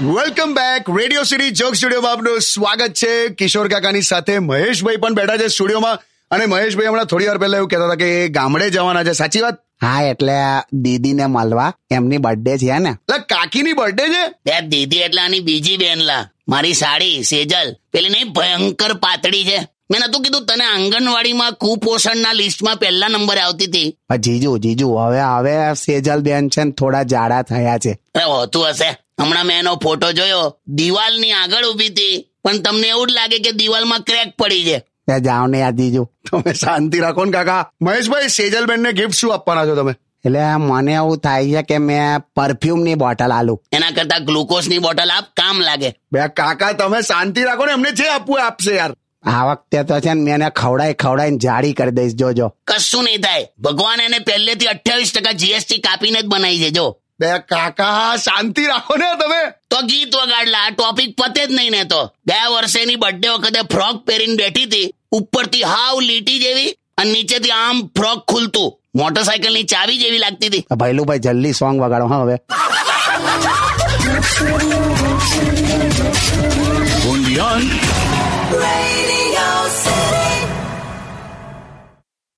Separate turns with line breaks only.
welcome back radio city joke સ્ટુડિયોમાં આપનું સ્વાગત છે કિશોર કાકાની સાથે મહેશભાઈ પણ બેઠા છે સ્ટુડિયોમાં અને મહેશભાઈ હમણાં થોડી વાર પહેલા એવું કહેતા હતા કે એ ગામડે જવાના છે સાચી વાત
હા એટલે દીદીને મળવા એમની બર્થડે છે ને
એટલે કાકીની બર્થડે છે
બે દીદી એટલે આની બીજી બેન લા મારી સાડી સેજલ પેલી નહીં ભયંકર પાતળી છે મેં નતું કીધું તને આંગણવાડીમાં કુપોષણના લિસ્ટમાં પહેલા નંબરે આવતી હતી
પણ જીજુ જીજુ હવે હવે સેજલ બેન છે ને થોડા જાડા થયા છે
અરે હોતું હશે હમણાં મેં એનો ફોટો જોયો દિવાલની આગળ ઊભી હતી પણ તમને એવું જ લાગે કે દિવાલમાં ક્રેક પડી છે
તે જાઓ ને યાર જીજુ
તમે શાંતિ રાખો ને કાકા મહેશભાઈ સેજલબેનને ગિફ્ટ શું આપવાના છો તમે
એટલે મને એવું થાય છે કે મેં પરફ્યુમની બોટલ આલું
એના કરતા ગ્લુકોઝની બોટલ આપ કામ લાગે
બે કાકા તમે શાંતિ રાખો ને એમને જે આપવું એ આપશે યાર
આ વખતે તો છે ને મેં એને ખવડાઈ ખવડાઈને જાડી કરી દઈશ જોજો
કશું નહીં થાય ભગવાન એને પહેલેથી અઠ્યાવીસ ટકા જીએસટી કાપીને જ બનાવી છે જો
બે કાકા શાંતિ રાખો ને તમે
તો ગીત વગાડલા ટોપિક પતે જ નહીં ને તો ગયા વર્ષેની બર્થડે વખતે ફ્રોક પહેરીને બેઠી હતી ઉપરથી હાવ લીટી જેવી અને નીચેથી આમ ફ્રોક ખુલતું મોટરસાયકલની ચાવી જેવી લાગતી હતી
ભૈલુભાઈ જલ્દી સોંગ વગાડો હા હવે